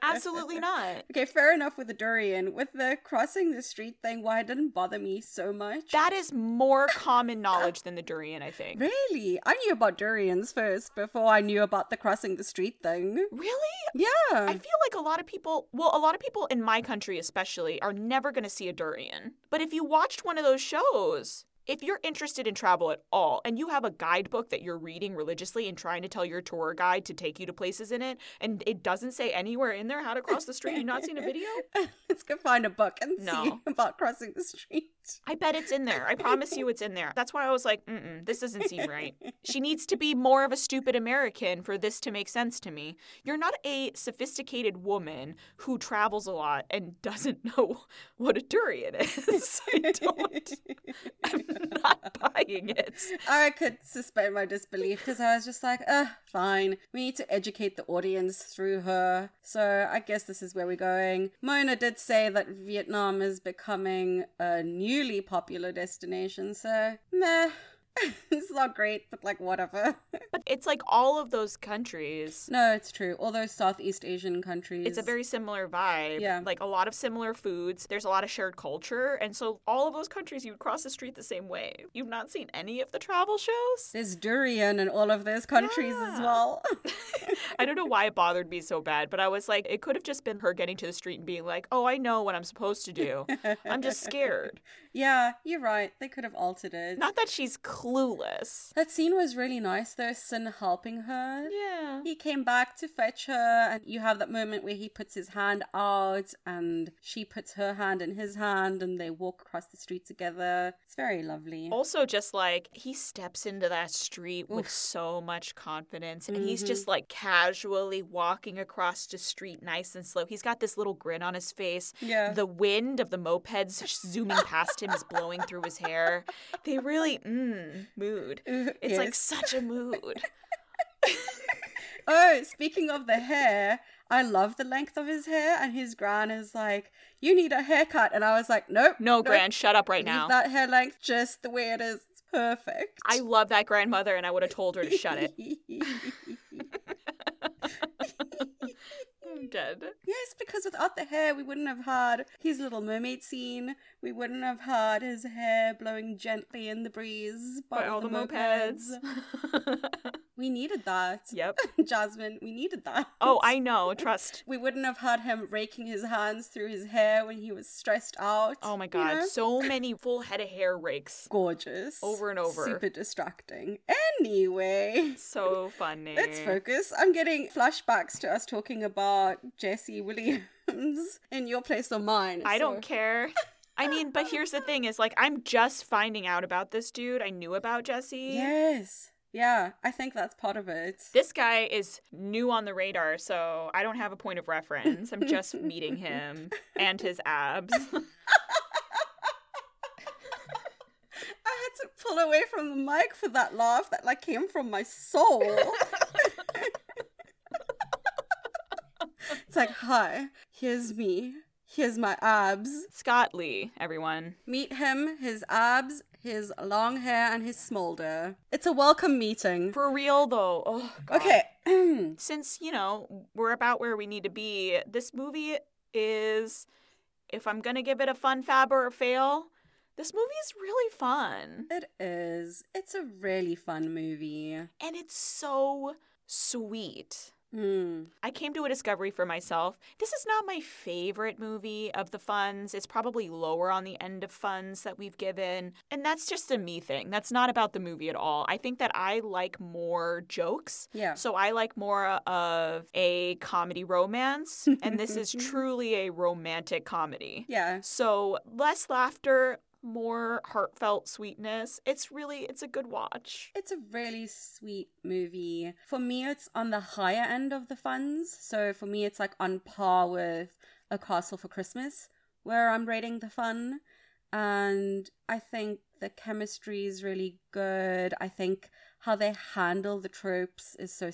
S1: Absolutely not.
S2: Okay, fair enough with the durian. With the crossing the street thing, why it didn't bother me so much.
S1: That is more common knowledge than the durian, I think.
S2: really? I knew about durians first before I knew about the crossing the street thing.
S1: Really?
S2: Yeah.
S1: I feel like a lot of people, well, a lot of people in my country especially, are never going to see a durian. But if you watched one of those shows, if you're interested in travel at all and you have a guidebook that you're reading religiously and trying to tell your tour guide to take you to places in it, and it doesn't say anywhere in there how to cross the street, you've not seen a video?
S2: Let's go find a book and see
S1: No.
S2: about crossing the street.
S1: I bet it's in there. I promise you it's in there. That's why I was like, mm this doesn't seem right. She needs to be more of a stupid American for this to make sense to me. You're not a sophisticated woman who travels a lot and doesn't know what a durian is. I don't. I'm not buying it.
S2: I could suspend my disbelief because I was just like, uh, fine. We need to educate the audience through her. So I guess this is where we're going. Mona did say that Vietnam is becoming a newly popular destination, so meh. it's not great, but like, whatever.
S1: But it's like all of those countries.
S2: no, it's true. All those Southeast Asian countries.
S1: It's a very similar vibe.
S2: Yeah.
S1: Like a lot of similar foods. There's a lot of shared culture. And so all of those countries, you would cross the street the same way. You've not seen any of the travel shows?
S2: There's durian in all of those countries as
S1: Yeah.
S2: well.
S1: I don't know why it bothered me so bad, but I was like, it could have just been her getting to the street and being like, oh, I know what I'm supposed to do. I'm just scared.
S2: yeah, you're right. They could have altered it.
S1: Not that she's clueless.
S2: That scene was really nice though, Sin helping her.
S1: Yeah.
S2: He came back to fetch her, and you have that moment where he puts his hand out and she puts her hand in his hand and they walk across the street together. It's very lovely.
S1: Also, just like he steps into that street with so much confidence, and he's
S2: Mm-hmm.
S1: just like casually walking across the street nice and slow. He's got this little grin on his face.
S2: Yeah.
S1: The wind of the mopeds zooming past him is blowing through his hair. They really, mm, mood. It's like
S2: yes.
S1: such a mood.
S2: Oh, speaking of the hair, I love the length of his hair, and his gran is like, You need a haircut. And I was like, Nope.
S1: No,
S2: nope,
S1: Gran, shut up right
S2: Leave
S1: now.
S2: that hair length just the way it is. It's perfect.
S1: I love that grandmother, and I would have told her to shut it. I'm dead.
S2: yes, because without the hair, we wouldn't have had his little mermaid scene. We wouldn't have had his hair blowing gently in the breeze by,
S1: By all the mopeds.
S2: We needed that.
S1: yep.
S2: Jasmine, we needed that.
S1: Oh, I know. Trust.
S2: We wouldn't have had him raking his hands through his hair when he was stressed out.
S1: Oh my
S2: you
S1: god,
S2: know?
S1: so many full head of hair rakes.
S2: gorgeous.
S1: Over and over.
S2: Super distracting. Anyway.
S1: So funny.
S2: Let's focus. I'm getting flashbacks to us talking about Jesse Williams in your place or mine.
S1: I
S2: so-
S1: don't care. I mean, but here's the thing is like I'm just finding out about this dude. I knew about Jesse.
S2: Yes. Yeah, I think that's part of it.
S1: This guy is new on the radar, so I don't have a point of reference. I'm just meeting him and his abs.
S2: I had to pull away from the mic for that laugh that like came from my soul. it's like, hi, here's me. Here's my abs.
S1: Scott Lee, everyone.
S2: Meet him, his abs, his long hair, and his smolder. It's a welcome meeting.
S1: For real though. Oh God.
S2: Okay.
S1: Since, you know, we're about where we need to be, this movie is if I'm gonna give it a fun fab or a fail, this movie is really fun.
S2: it is. It's a really fun movie.
S1: and it's so sweet.
S2: Hmm.
S1: I came to a discovery for myself. This is not my favorite movie of the funds. It's probably lower on the end of funds that we've given. And that's just a me thing. That's not about the movie at all. I think that I like more jokes.
S2: Yeah.
S1: So I like more uh, of a comedy romance. and this is truly a romantic comedy.
S2: Yeah.
S1: So less laughter, more heartfelt sweetness. It's really, it's a good watch.
S2: It's a really sweet movie. For me, it's on the higher end of the funds. So for me, it's like on par with A Castle for Christmas, where I'm rating the fun. And I think the chemistry is really good. I think how they handle the tropes is so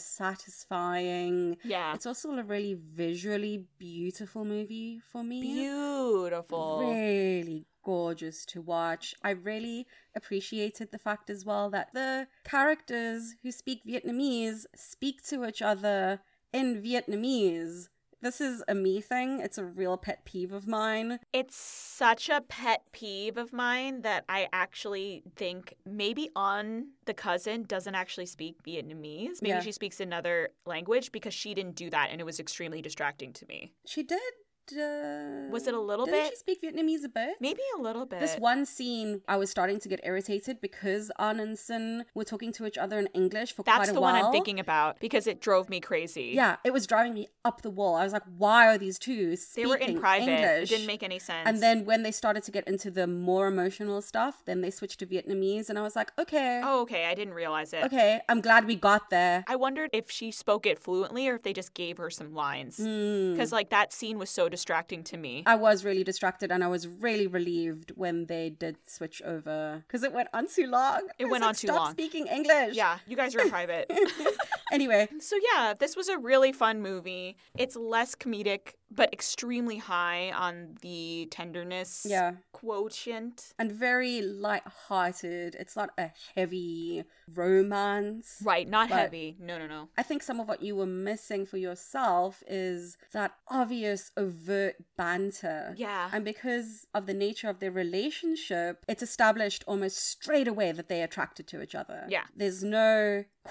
S2: satisfying.
S1: Yeah.
S2: It's also a really visually beautiful movie for me
S1: Beautiful.
S2: really gorgeous to watch. I really appreciated the fact as well that the characters who speak Vietnamese speak to each other in Vietnamese. This is a me thing. It's a real pet peeve of mine.
S1: It's such a pet peeve of mine that I actually think maybe On the cousin doesn't actually speak Vietnamese. Maybe
S2: Yeah.
S1: she speaks another language because she didn't do that and it was extremely distracting to me.
S2: She did. Uh,
S1: Was it a little
S2: didn't
S1: bit?
S2: she speak Vietnamese a bit?
S1: Maybe a little bit.
S2: This one scene, I was starting to get irritated because An and Sin were talking to each other in English for
S1: That's
S2: quite a
S1: the
S2: while.
S1: one I'm thinking about because it drove me crazy.
S2: Yeah, it was driving me up the wall. I was like, why are these two
S1: They
S2: speaking
S1: were in private.
S2: English?
S1: It didn't make any sense.
S2: And then when they started to get into the more emotional stuff, then they switched to Vietnamese, and I was like, okay,
S1: Oh, okay. I didn't realize it.
S2: okay, I'm glad we got there.
S1: I wondered if she spoke it fluently or if they just gave her some lines.
S2: Mm.
S1: Because, like, that scene was so distracting to me.
S2: I was really distracted, and I was really relieved when they did switch over because it went on too long.
S1: It
S2: I was
S1: went
S2: like,
S1: on too
S2: Stop
S1: long."
S2: Speaking English.
S1: yeah, you guys are in private.
S2: Anyway,
S1: So yeah, this was a really fun movie. It's less comedic, but extremely high on the tenderness
S2: Yeah.
S1: quotient.
S2: and very light-hearted. It's not a heavy romance.
S1: Right, not
S2: But-
S1: heavy. No, no, no.
S2: I think some of what you were missing for yourself is that obvious overt banter.
S1: Yeah.
S2: And because of the nature of their relationship, it's established almost straight away that they're attracted to each other.
S1: Yeah.
S2: There's no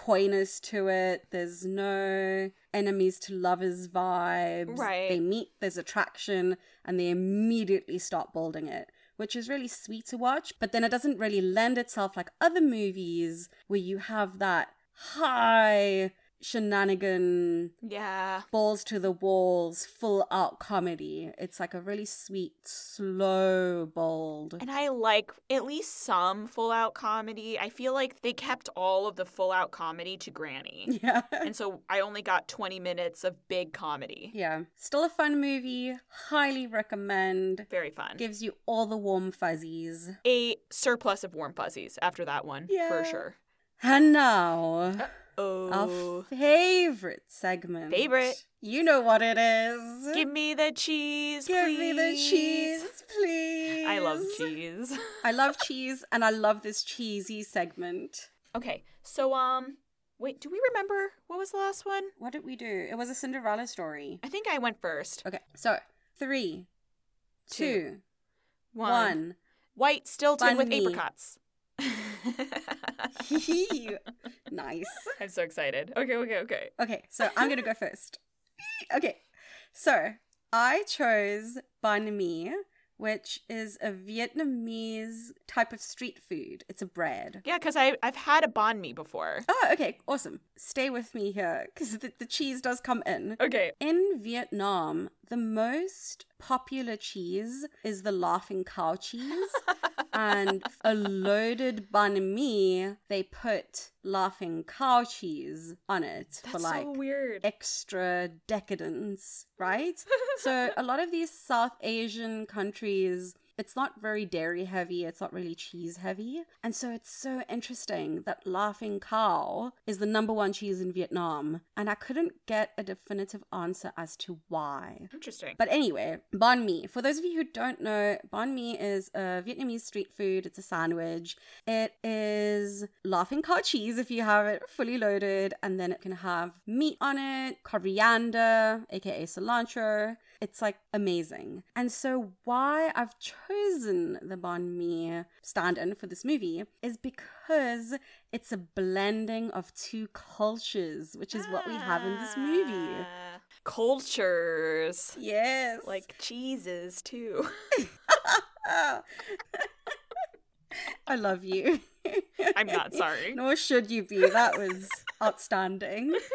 S2: coyness to it, there's no enemies to lovers vibes.
S1: Right.
S2: They meet, there's attraction, and they immediately start building it. which is really sweet to watch. But then it doesn't really lend itself like other movies where you have that high shenanigan
S1: Yeah.
S2: balls to the walls full out comedy it's like a really sweet slow bold
S1: And I like at least some full out comedy. I feel like they kept all of the full out comedy to Granny.
S2: yeah
S1: and so I only got 20 minutes of big comedy.
S2: yeah still a fun movie highly recommend
S1: Very fun.
S2: gives you all the warm fuzzies
S1: a surplus of warm fuzzies after that one, for
S2: Yeah.
S1: sure.
S2: and now
S1: Oh.
S2: Our favorite segment.
S1: Favorite.
S2: You know what it is.
S1: Give me the cheese.
S2: Give me the
S1: please.
S2: cheese, please.
S1: I love cheese.
S2: I love cheese and I love this cheesy segment.
S1: okay. So um wait, do we remember what was the last one?
S2: What did we do? It was a Cinderella story.
S1: I think I went first.
S2: Okay, so three, two,
S1: Two.
S2: one.
S1: White Stilton
S2: Bun
S1: with
S2: me.
S1: apricots.
S2: Hee. nice.
S1: I'm so excited. Okay, okay, okay.
S2: Okay, so I'm gonna go first. Okay, so I chose banh mi, which is a Vietnamese type of street food. It's a bread.
S1: Yeah, because I I've had a banh mi before.
S2: Oh, okay, awesome. Stay with me here because the, the cheese does come in.
S1: Okay.
S2: In Vietnam, the most popular cheese is the laughing cow cheese. and a loaded banh mi, they put laughing cow cheese on it for
S1: That's
S2: like
S1: so weird.
S2: extra decadence, right? so a lot of these South Asian countries, it's not very dairy heavy, it's not really cheese heavy. And so it's so interesting that laughing cow is the number one cheese in Vietnam, and I couldn't get a definitive answer as to why.
S1: Interesting.
S2: But anyway, banh mi. For those of you who don't know, banh mi is a Vietnamese street food. It's a sandwich. It is laughing cow cheese if you have it fully loaded, and then it can have meat on it, coriander, aka cilantro. It's like amazing. And so, why I've chosen the banh mi stand-in for this movie is because it's a blending of two cultures, which is what we have in this movie.
S1: Ah. Cultures.
S2: Yes.
S1: Like cheeses too.
S2: Ah. I love you.
S1: I'm not sorry.
S2: Nor should you be. That was outstanding.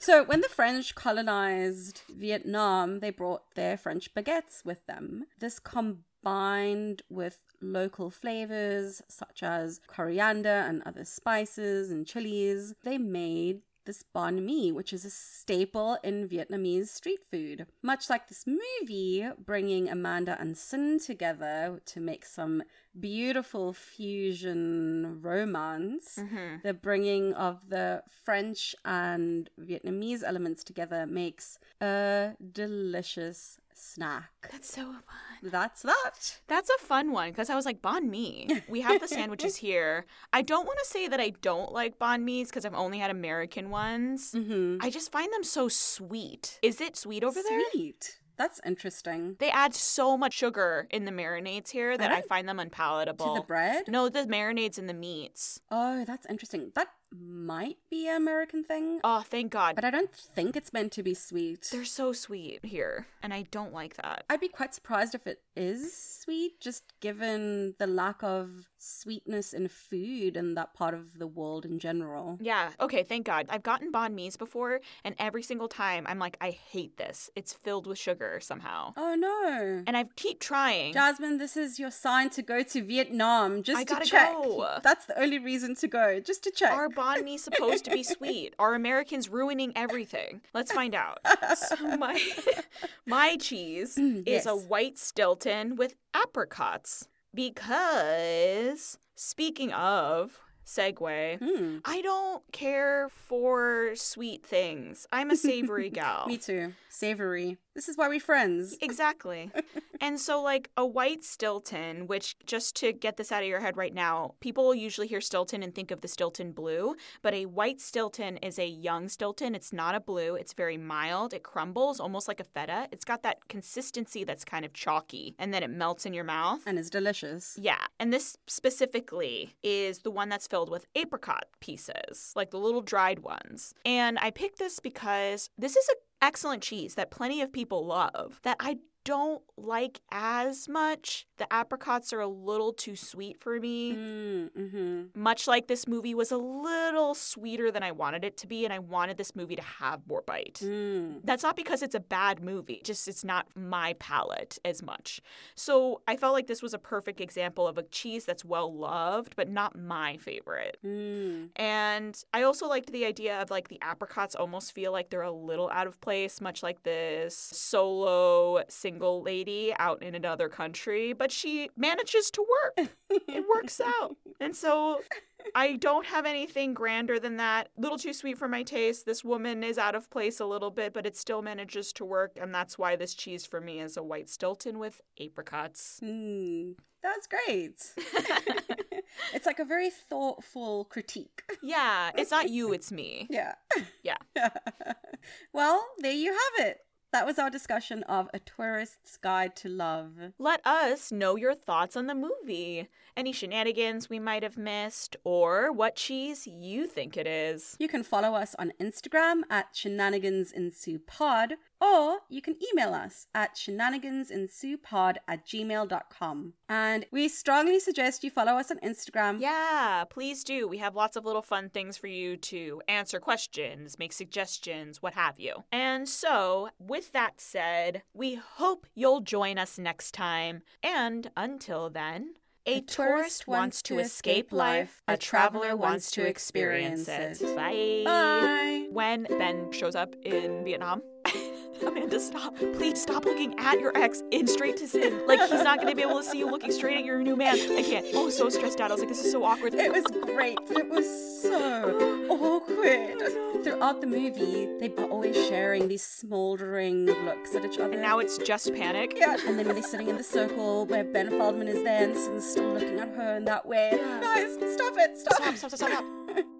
S2: So, when the French colonized Vietnam, they brought their French baguettes with them. This combined with local flavors such as coriander and other spices and chilies, they made this banh mi, which is a staple in Vietnamese street food. Much like this movie, bringing Amanda and Sin together to make some beautiful fusion romance,
S1: Mm-hmm.
S2: the bringing of the French and Vietnamese elements together makes a delicious snack.
S1: That's so fun.
S2: That's that.
S1: That's a fun one because I was like, banh mi. We have the sandwiches here. I don't want to say that I don't like banh mi's because I've only had American ones.
S2: Mm-hmm.
S1: I just find them so sweet. Is it sweet over there?
S2: Sweet. That's interesting.
S1: They add so much sugar in the marinades here that I
S2: Alright.
S1: find them unpalatable.
S2: To the bread?
S1: No, the marinades and the meats.
S2: Oh, that's interesting. That might be an American thing,
S1: Oh, thank God.
S2: but I don't think it's meant to be sweet.
S1: They're so sweet here, and I don't like that.
S2: I'd be quite surprised if it is sweet, just given the lack of sweetness in food in that part of the world in general.
S1: Yeah, okay, thank God. I've gotten banh mi's before, and every single time I'm like, I hate this. It's filled with sugar somehow.
S2: Oh no.
S1: And I keep trying.
S2: Jasmine, this is your sign to go to Vietnam just
S1: I
S2: to
S1: gotta
S2: check.
S1: go.
S2: That's the only reason to go, just to check.
S1: Are banh mi supposed to be sweet? Are Americans ruining everything? Let's find out. So my my cheese is a
S2: Mm, yes.
S1: white Stilton with apricots because speaking of segue,
S2: Hmm,
S1: I don't care for sweet things. I'm a savory gal.
S2: Me too. Savory. This is why we're friends.
S1: Exactly. and so, like, a white Stilton, which just to get this out of your head right now, people usually hear Stilton and think of the Stilton blue, but a white Stilton is a young Stilton. It's not a blue, it's very mild. It crumbles almost like a feta. It's got that consistency that's kind of chalky, and then it melts in your mouth.
S2: And it's delicious.
S1: Yeah, and this specifically is the one that's filled with apricot pieces, like the little dried ones. And I picked this because this is a excellent cheese that plenty of people love that I don't like as much. The apricots are a little too sweet for me.
S2: Mm, hmm
S1: Much like this movie was a little sweeter than I wanted it to be, and I wanted this movie to have more bite.
S2: Mm.
S1: That's not because it's a bad movie, just it's not my palate as much. So I felt like this was a perfect example of a cheese that's well loved, but not my favorite.
S2: Mm.
S1: And I also liked the idea of like the apricots almost feel like they're a little out of place, much like this solo single lady out in another country, but she manages to work. it works out. And so I don't have anything grander than that. Little too sweet for my taste. This woman is out of place a little bit, but it still manages to work. And that's why this cheese for me is a white Stilton with apricots.
S2: Mm. That's great. it's like a very thoughtful critique.
S1: Yeah, it's not you, it's me.
S2: Yeah.
S1: Yeah.
S2: well, there you have it. That was our discussion of A Tourist's Guide to Love.
S1: Let us know your thoughts on the movie. Any shenanigans we might have missed, or what cheese you think it is.
S2: You can follow us on Instagram at shenanigansinsupod, or you can email us at shenanigansinsupod at gmail.com. And we strongly suggest you follow us on
S1: Um,
S2: Instagram.
S1: Yeah, please do. We have lots of little fun things for you to answer questions, make suggestions, what have you. And so, with that said, we hope you'll join us next time. And until then, a, tourist wants to escape life, a traveler wants to experience it. Bye.
S2: Bye.
S1: When Ben shows up in Vietnam, Amanda, stop. Please stop looking at your ex in straight to sin. Like, he's not going to be able to see you looking straight at your new man. I can't. I was so stressed out. I was like, this is so awkward.
S2: It was great. It was so awkward. Throughout the movie, they are always sharing these smoldering looks at each other.
S1: And now it's just panic.
S2: yeah. And then when they're sitting in the circle where Ben Feldman is there and Sin's still looking at her in that way. Guys, stop it! Stop!
S1: Stop, stop, stop, stop, stop.